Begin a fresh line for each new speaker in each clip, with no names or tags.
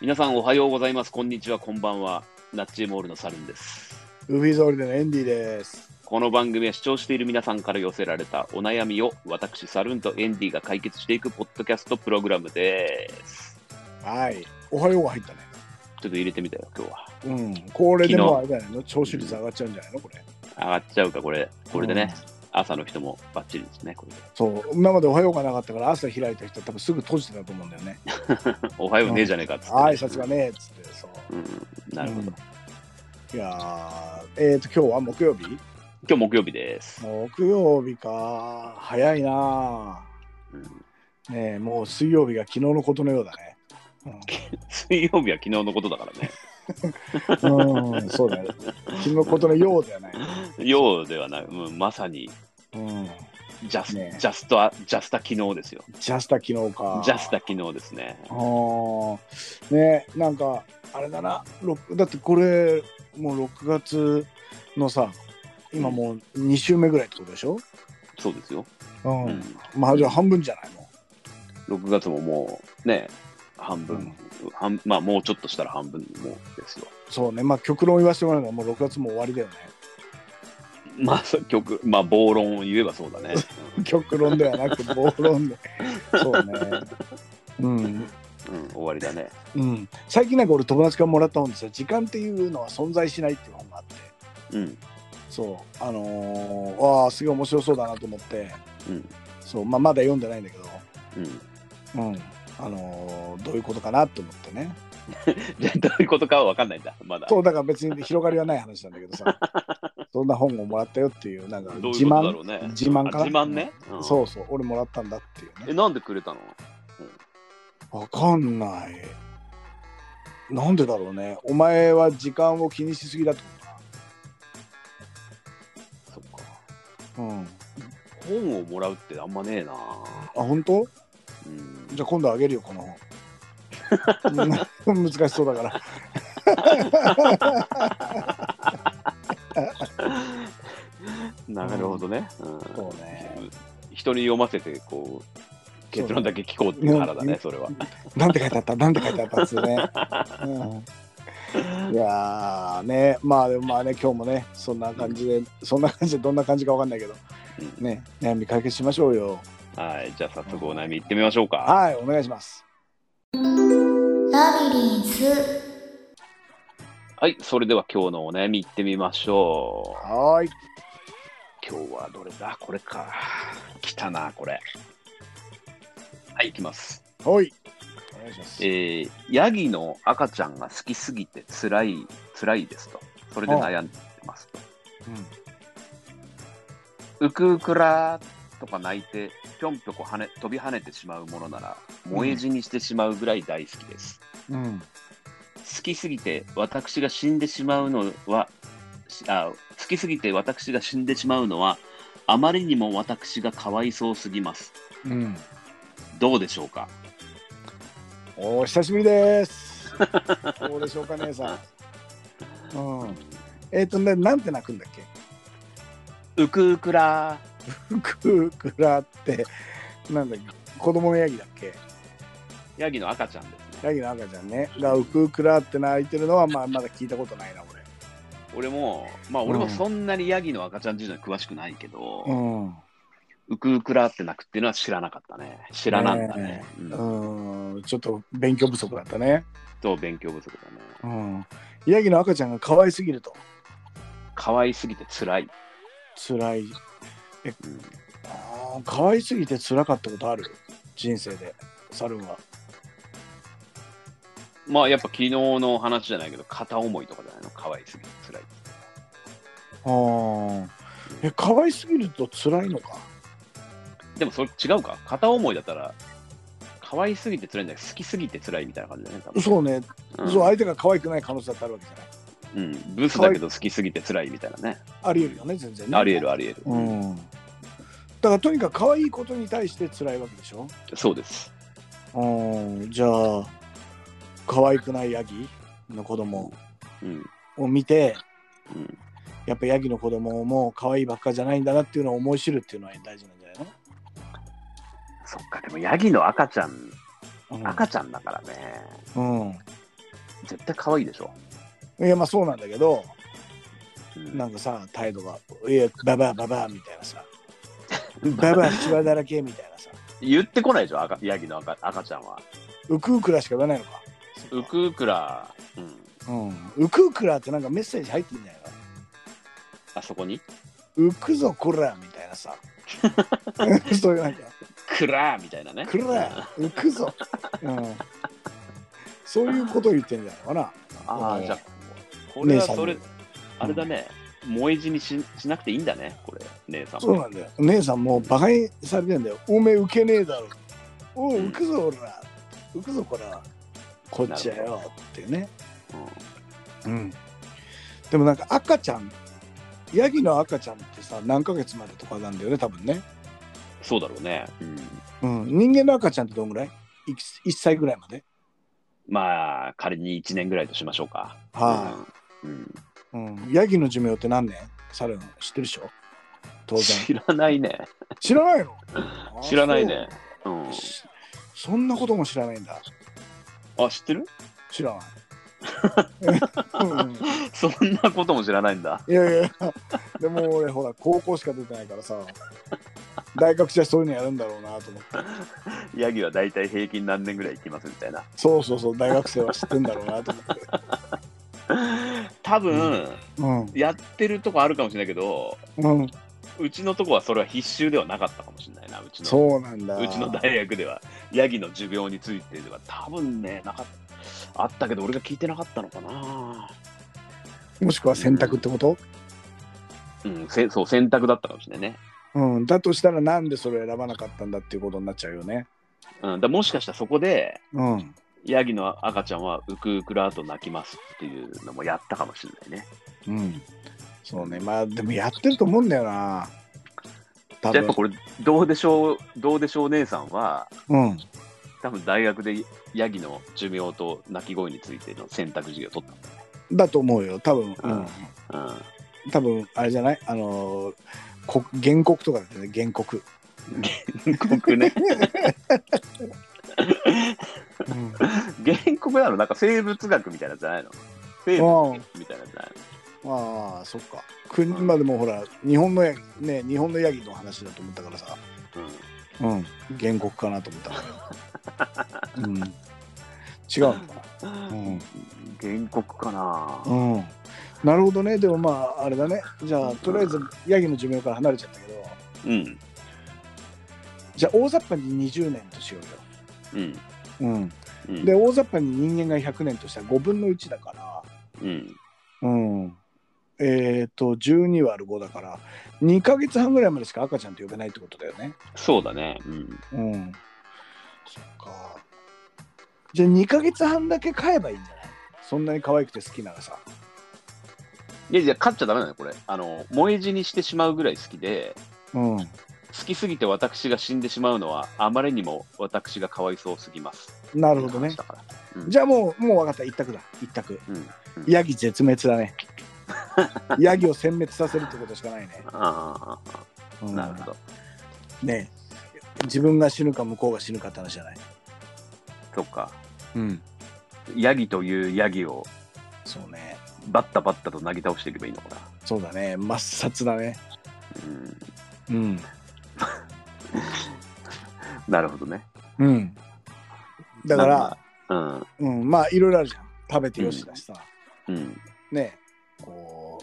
皆さんおはようございます。こんにちは、こんばんは。ナッチエモールのサルンです。
ルフィゾールでのエンディです。
この番組は視聴している皆さんから寄せられたお悩みを私、サルンとエンディが解決していくポッドキャストプログラムです。
はい。おはようが入ったね。
ちょっと入れてみたよ、今日は。
うん。これでもあれじゃないの調子率上がっちゃうんじゃないのこれ。
上がっちゃうか、これ。これでね、朝の人もバッチリですね、これで。
そう。今までおはようがなかったから朝開いた人多分すぐ閉じてたと思うんだ よね。
おはようねえじゃねえかっつって、
挨拶がねえっつって。そう。
うん、なるほど。
うんいやー、えっ、と、今日は木曜日
今日木曜日です。
木曜日か。早いな
うん
ーねえ、もう水曜日が昨日のことのようだね。
水曜日は昨日のことだから ね。
うん、うんそうだね。昨日のことのようではない。
ようではない、うん、まさに
うん。
ジャス、
ね
ジャストア、ジャスタ昨日ですよ。
ジャスタ昨日か。
ジャスタ昨日ですね。
あーねなんかあれだなろくだってこれもう6月のさ今もう2週目ぐらいってことでしょ、
そうですよ。
うん
うん、
まあじゃあ半分じゃないの
6月ももうね、半分、半まあもうちょっとしたら半分もうですよ。
そうねまあ極論を言わせてもらうのはもう6月も終わりだよね
まあ、そう曲、まあ、暴論を言えばそうだね。
極論ではなく暴論でそうねうん
うん、うん終わりだね。
うん最近なんか俺友達からもらった本でさ時間っていうのは存在しないっていう本があって
うん、
そうあのー、わあすごい面白そうだなと思って
うん、
そう、まあ、まだ読んでないんだけど
うん。
うん、あのーどういうことかなと思ってね。
じゃあどういうことかは分かんないんだ、まだ。
そうだから別に広がりはない話なんだけど さ、そんな本をもらったよっていう、なんか
どうい
自
うことだろ
慢、
うね。
自慢かな
あ自慢ね。うん
そうそう、俺もらったんだっていう
え、
ね。
なんでくれたの
わかんない。なんでだろうね。お前は時間を気にしすぎだと
そっか。
思うな。
本
うん。あ、
をもらうってあんまねえな。
本当
うん、
じゃあ今度あげるよ、この 本。難 しそうだから。
なるほどね。うん
そうね。
人に読ませてこう結論だけ聞こうっていう腹だねそれは。
なんて書いてあったなんて書いてあったっつうね。うん、いやーねまあでもまあね今日もねそんな感じで、そんな感じでどんな感じかわかんないけど
うん
ね悩み解決しましょうよ
はいじゃあ早速お悩み行ってみましょうか。
はいお願いします
ラビリンス
はいそれでは今日のお悩み行ってみましょう。
はーい
今日はどれだこれか。来たなこれ。はい行きます。
ほいお願いします
えーヤギの赤ちゃんが好きすぎて辛い辛いですと。それで悩んでますと。うくうくらーとか泣いて、ぴょんぴょこ跳ね飛び跳ねてしまうものなら、萌え死にしてしまうぐらい大好きです。
うん、うん、
好きすぎて私が死んでしまうのは、しあ好きすぎて私が死んでしまうのは、あまりにも私がかわいそうすぎます。
うん、
どうでしょうか
お久しぶりですどうでしょうか姉さんうんえっ、ー、とねなんて泣くんだっけ
うくうくら
クークラってなんだっけ子供のヤギだっけ
ー、ヤギの赤ちゃんですね。
ヤギの赤ちゃんねがうくうくらって泣いてるのは まあまだ聞いたことないな俺
俺も、まあ俺
う
も
ん
そんなにヤギの赤ちゃん事情に詳しくないけど、
うん
うくうくらーって泣くっていうのは知らなかったね。知らなんだね
ね。
うん
うんちょっと勉強不足だったね、
と勉強不足だね。
うん、ヤギの赤ちゃんが可愛すぎると
可愛すぎて辛い。
辛い
うん
あー可愛すぎて辛かったことある人生で猿は
まあやっぱ昨日の話じゃないけど、片思いとかじゃないの可愛すぎて辛い。
あーえ可愛すぎると辛いのか
でもそれ違うか。片思いだったら、可愛すぎて辛いんだけど、好きすぎて辛いみたいな感じだね。多分
そうね、
うん、
そう相手が可愛くない可能性だってあるわけじゃない
うん。ブスだけど好きすぎて辛いみたいなね。
ありえるよね全然ね
ありえるありえる。
うんだからとにかく可愛いことに対して辛いわけでしょ
そうです。
うんじゃあ可愛くないヤギの子供
うん。
を見て
うん、
やっぱヤギの子供も可愛いばっかじゃないんだなっていうのを思い知るっていうのは大事なんじゃない
そっか、でもヤギの赤ちゃん、
の、うん、
赤ちゃんだからね。
うん
絶対可愛いでしょ。
いやまあそうなんだけど
うん
なんかさ態度が「いやババアババア」みたいなさ「ババア血はだらけ」みたいなさ
言ってこないでしょ、赤ヤギの赤赤ちゃんは。
ウクウクラしか言わないのか
ウクウクラ、うん、
うん、ウクウクラってなんかメッセージ入ってんじゃないか
あそこに
ウクぞこらみたいなさそういうなんか
クラーみたいなね。
くら浮くぞ、うん、そういうことを言ってんじゃないのかな
ああ、
うん
じゃあ、これは
姉さんに
それ、あれだね、萌え死にししなくていいんだね、これ、姉さん
そう
も。
なんだよ姉さんもうバカにされてんだよおめえウケねえだろおう浮くぞ俺ら浮くぞこらこっちや
なる
よっていうね
うん
うんでもなんか赤ちゃんヤギの赤ちゃんってさ何ヶ月までとかなんだよね多分ね、
そうだろうね。うん、
うん、人間の赤ちゃんってどんぐらい 1, 歳ぐらいまで
まあ、仮に1年ぐらいとしましょうか。。
はい
うん、
うん、ヤギの寿命って何年サルン知ってるでしょ当然
知らないね。
知らないの
知らないね。うん
あそうしそんなことも知らないんだ
あ、知ってる
知ら ない、うん
そんなことも知らないんだ。
いやいやでも俺ほら高校しか出てないからさ大学生はそういうのやるんだろうなと思って
ヤギは大体平均何年ぐらい行きますみたいな。
そうそうそう大学生は知ってんだろうなと思って
多分、
う
やってるとこあるかもしれないけど、
ん、うん、
うちのとこはそれは必修ではなかったかもしれないな、うちの。
そうなんだ
うちの大学では、ヤギの寿命についてでは、多分ね、なかった。あったけど、俺が聞いてなかったのかな。
もしくは選択ってこと、
うん、せそう、選択だったかもしれないね。
うん、だとしたらなんでそれを選ばなかったんだっていうことになっちゃうよね
うん、だもしかしたらそこで、
うん
ヤギの赤ちゃんはウクウクラと泣きますっていうのもやったかもしれないね。
うんそうねまあでもやってると思うんだよな多
じゃあやっぱこれ、どうでしょう、どうでしょう姉さんは、
うん
多分大学でヤギの寿命と鳴き声についての選択授業を取っ
だと思うよ多
うん
分、うん、
たんだ。
多分あれじゃないあのーこ原告とかだってね原告、
うん。原告ね。
うん、
原告なのなんか生物学みたいなやつじゃないの生物学みたいなやつじゃないの
ああそっか国まあでもほら日本のヤギね日本のヤギの話だと思ったからさ、
うん
うん、原告かなと思ったから、うん、違うのかうん
原告かな、
なうんなるほどねでもまああれだねじゃあとりあえずヤギの寿命から離れちゃったけど
うん、
じゃあ大雑把に20年としよ
うん、
うよ、
う、
うんん、で大雑把に人間が100年としたら5分の1だから
うん、
うん。えっ、と、12割る5だから、2ヶ月半ぐらいまでしか赤ちゃんと呼べないってことだよね。
そうだね、うん、
うん。そっか。じゃあ2ヶ月半だけ飼えばいいんじゃないそんなに可愛くて好きならさ。
いやいや勝っちゃダメなのよこれあの萌え死にしてしまうぐらい好きで
うん。
好きすぎて私が死んでしまうのはあまりにも私がかわいそうすぎます
なるほど
っ
ね
て。話だからうん
じゃあもう、もう分かった。一択だ。一択。
うん
ヤギ絶滅だ ね。ヤギを殲滅させるってことしかないね。
あ
う
あ
ん
なるほど
ねえ自分が死ぬか向こうが死ぬかって話じゃない。
そっか
うん。
ヤギというヤギを
そうね。
バッタバッタとなぎ倒していけばいいのかな
そうだね。抹殺だね。
うん
うん。
なるほどね
うん。だから、
なんだ
うん、まあいろいろあるじゃん。食べてよしだしさ、
うんうん
ねえこ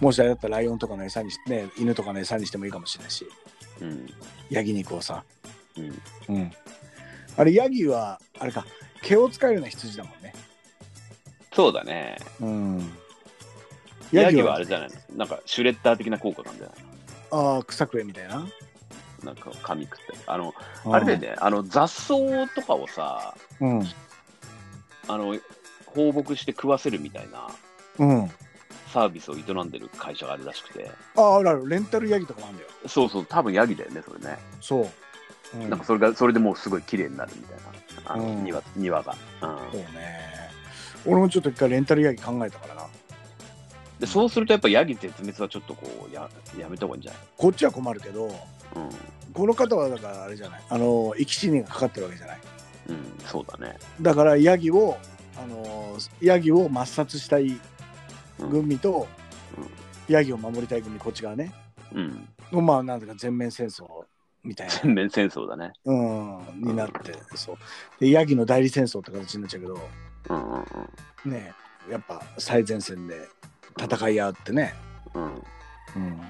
う、もしあれだったらライオンとかの餌にしね、犬とかの餌にしてもいいかもしれないし、
うん
ヤギ肉をさ。
うん
うん。あれ、ヤギは、あれか、毛を使うような羊だもんね。
そうだね
うん。
ヤギはあれじゃないのなんかシュレッダー的な効果なんじゃない
ああ、草食えみたいな。
のなんか髪食ってあのあれだよねあの雑草とかをさ
うん。
あの放牧して食わせるみたいな
うん。うん。
サービスを営んでる会社があるらしくて
ああ、あるある、レンタルヤギとかもあるんだよ。
そうそう多分ヤギだよねそれね、
そう。うん
なんかそれがそれでもうすごい綺麗になるみたいなあの、
うん
庭庭が、うん
そうね。俺もちょっと一回レンタルヤギ考えたからな。
でそうするとやっぱヤギ絶滅はちょっとこうややめた方がいいんじゃ
こっちは困るけど、
ない
この方はだからあれじゃないあの生き死にがかかってるわけじゃない
うん、うん、そうだね
だからヤギをあのヤギを抹殺したい軍味と、
うん
ヤギを守りたい軍味こっち側ね
うん。
のまあなんていうか全面戦争 みたいな、
全面戦争だね。
うん、になってそうでヤギの代理戦争って形になっちゃうけど
うんうん
ねやっぱ最前線で戦い合ってね、
うん。うん。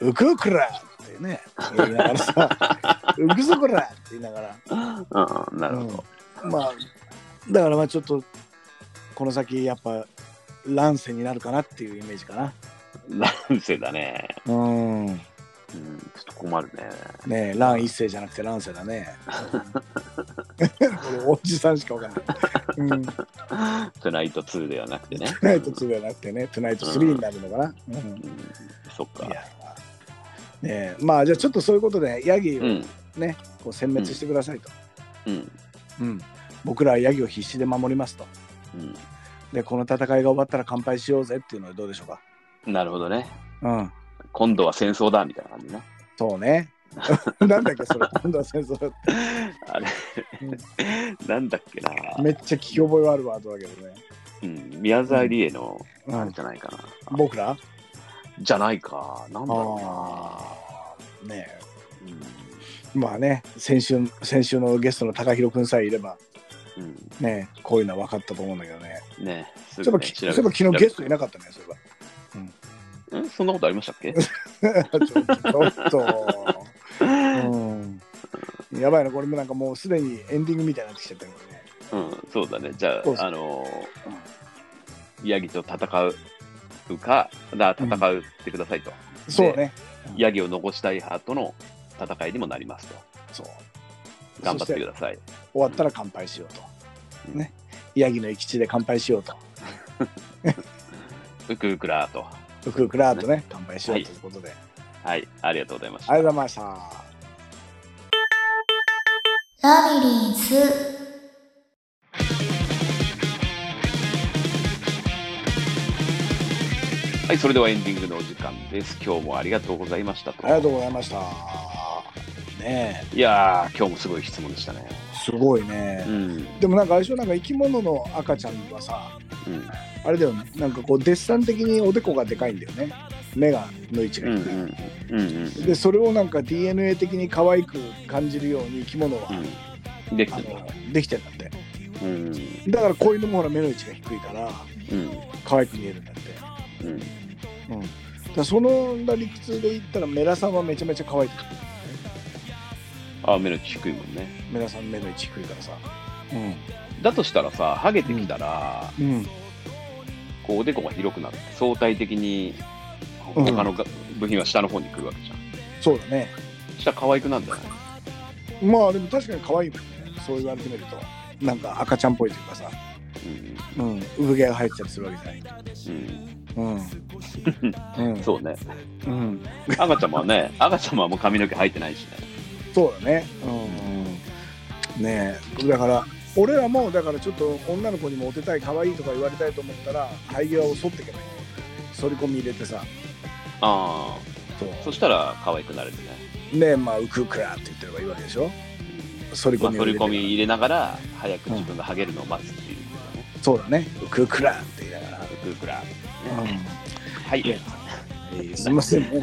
うん、ウクウクラってね言いなが らさウクゾクラって言いながら、
うんうん、なるほど。
うんまあだからまあちょっとこの先やっぱ乱世になるかなっていうイメージかな
乱世だね。
うんね
うん、ちょっと困る ね。
え乱一世じゃなくて乱世だね、うん俺おじさんしかわかんない、うん、ト
トゥナイト2ではなくてね。
ゥナイト2ではなくてねトゥナイト3になるのかな、うん
うん、そっか
い。やねえまあじゃあちょっとそういうことでヤギを
うん、
ね、こう殲滅してくださいと、
うん、
僕らはヤギを必死で守りますと
う
でこの戦いが終わったら乾杯しようぜっていうのはどうでしょうか
ん。なるほどね。
うん
今度は戦争だみたいな感 じね。
そうねなんだっけそれ今度は戦争だって
あれ、なんだっけな。
めっちゃ聞き覚えはあるワードだけどね、
うん、宮沢りえの、
う
あれ
ん、
じゃないかな。
僕らあ
じゃないか。なんだろ
ーねえ
うな。
まあね先週先週のゲストの高弘君さえいれば
うん、
ねこういうのは分かったと思うんだけどね
うん、ね。す
そういえばきそういえば昨日ゲストいなかったねそういえば
ト。ん、そんなことありましたっ け？
ちょっとちょっと、うん、やばいなこれもなんかもうすでにエンディングみたいになってきちゃったけどね
うん、そうだね。じゃ
そうそ
あ、
う
あのー、ヤギと戦うか、だ戦ってくださいと。
そうね
ヤギを残したい派との戦いにもなりますと。
そう
頑張ってください。
終わったら乾杯しようと
うん
ねヤギの生き地で乾杯しようと
ウクウクラーと。
ウクウクラーとね乾杯しようということで、
はい、ありがとうございました。
ありがとうございました
ラビリンス
はい、それではエンディングのお時間です。今日もありがとうございましたと。
ありがとうございましたねえ
いやー、今日もすごい質問でしたね。
すごいね
う、ん、
でもなんか相性なんか生き物の赤ちゃんはさ
うん、
あれだよねなんかこうデッサン的におでこがでかいんだよね目がの位置
う
が
ん、う
低い、
ん、うん、うん
でそれをなんか DNA 的に可愛く感じるように生き物は、
うん。でき
あ
てる
のできてんだって
うん、
だからこういうのもほら目の位置が低いから
うん、
可愛く見えるんだって、
うん。
うん、だからその理屈で言ったらメラさんはめちゃめちゃ可愛い
あ、目の位置低いもんね。
メラさん目の位置低いからさ
だとしたらさ、ハゲてきたら、
うん、うん、
こう、おでこが広くなる。相対的に、
うん
他のが部品は下の方に来るわけじゃん。
そうだね
下可愛くなんじゃない
まあでも確かに可愛いもんねそう言われてみるとなんか赤ちゃんっぽいというかさ、
うん
うん、産毛が入ってたりするわけじゃない
うん、
うん、う ん、
そうね。
う、ん、
赤ちゃまはね、赤ちゃまはもう髪の毛生えてないしね。
そうだねうんねえだから俺らもだからちょっと女の子にもモテたい可愛いとか言われたいと思ったら生え際を剃っていけばいい反り込み入れてさ
あ
そ
あ、そうしたら可愛くなるよね。
ねまあウクウクラって言ってればいいわけでしょ反り
ま
込
あ、
み
反
を入
り
れて
込み入れながら、早く自分がハゲるのを待つっていうことだね。
そうだねウクウクラって言いながら、
ウクウクラ。
う
はい。
いやん、すいませんね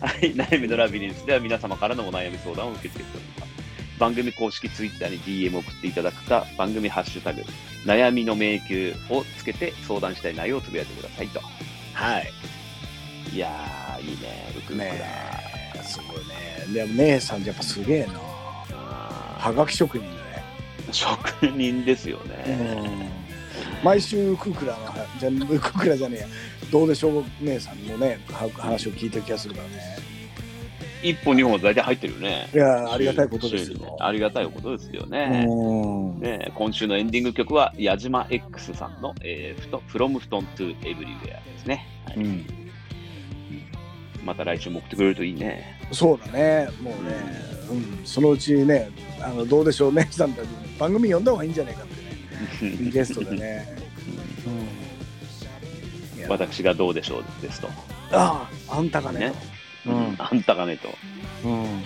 はい、 悩みのラビリンスでは皆様からのお悩み相談を受け付けております。番組公式ツイッターに DM を送っていただくか、番組ハッシュタグ、悩みの迷宮をつけて相談したい内容をつぶやいてくださいと。
はい
いやー、いいね、ウクウクラ。
ねえすごいねでも姉さんやっぱすげえな
あ
はがき職人だね
ー職人ですよね。
毎週ウククラのはじゃウククラじゃねえやどうでしょう姉さんのねは話を聞いてる気がするからね
一本二本は大体入ってるよね
い。やーありがたいことです
週に
よ、
ありがたいことですよ
う
ね。
ん
ね、今週のエンディング曲は矢島 X さんの「えー、ふと From 布団 to Everywhere」ですね、はい
うん
また来週も送ってくれるといいね。
そうだねもうね、うん、そのうちねあのどうでしょう姉さんたちに番組呼んだ方がいいんじゃないかってねゲストで ね、うんいや
私がどうでしょうですと。
あああんたがね
ね
うん
あんたがねと。
うん、うん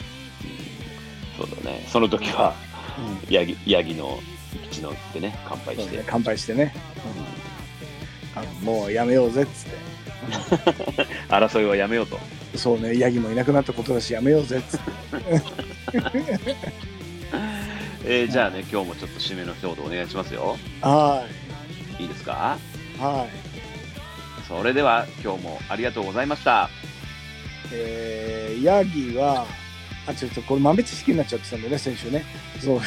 そうだね。その時はヤギヤギの生き口のってね、乾杯
そ
し
う
て
ね。乾杯してね、うんあのもうやめようぜっつっ
争いはやめようと。
てそうねヤギもいなくなったことだしやめようぜっ つって
えーじゃあね、今日もちょっと締めの一言お願いしますよ。
はい
いですか
いはい
それでは、今日もありがとうございました。
えー、ヤギはあちょっとこれ豆知識になっちゃってたんだよね先週ね そう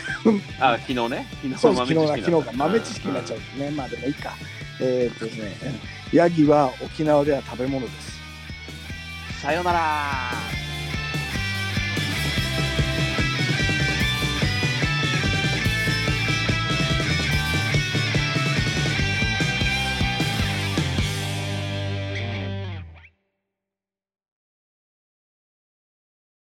あ、昨日ね。
そう
昨
です
日
昨
豆知識だった
日が昨日が豆知識になっちゃうんですね、まあでもいいかえーっとですねヤギは沖縄では食べ物です
さよなら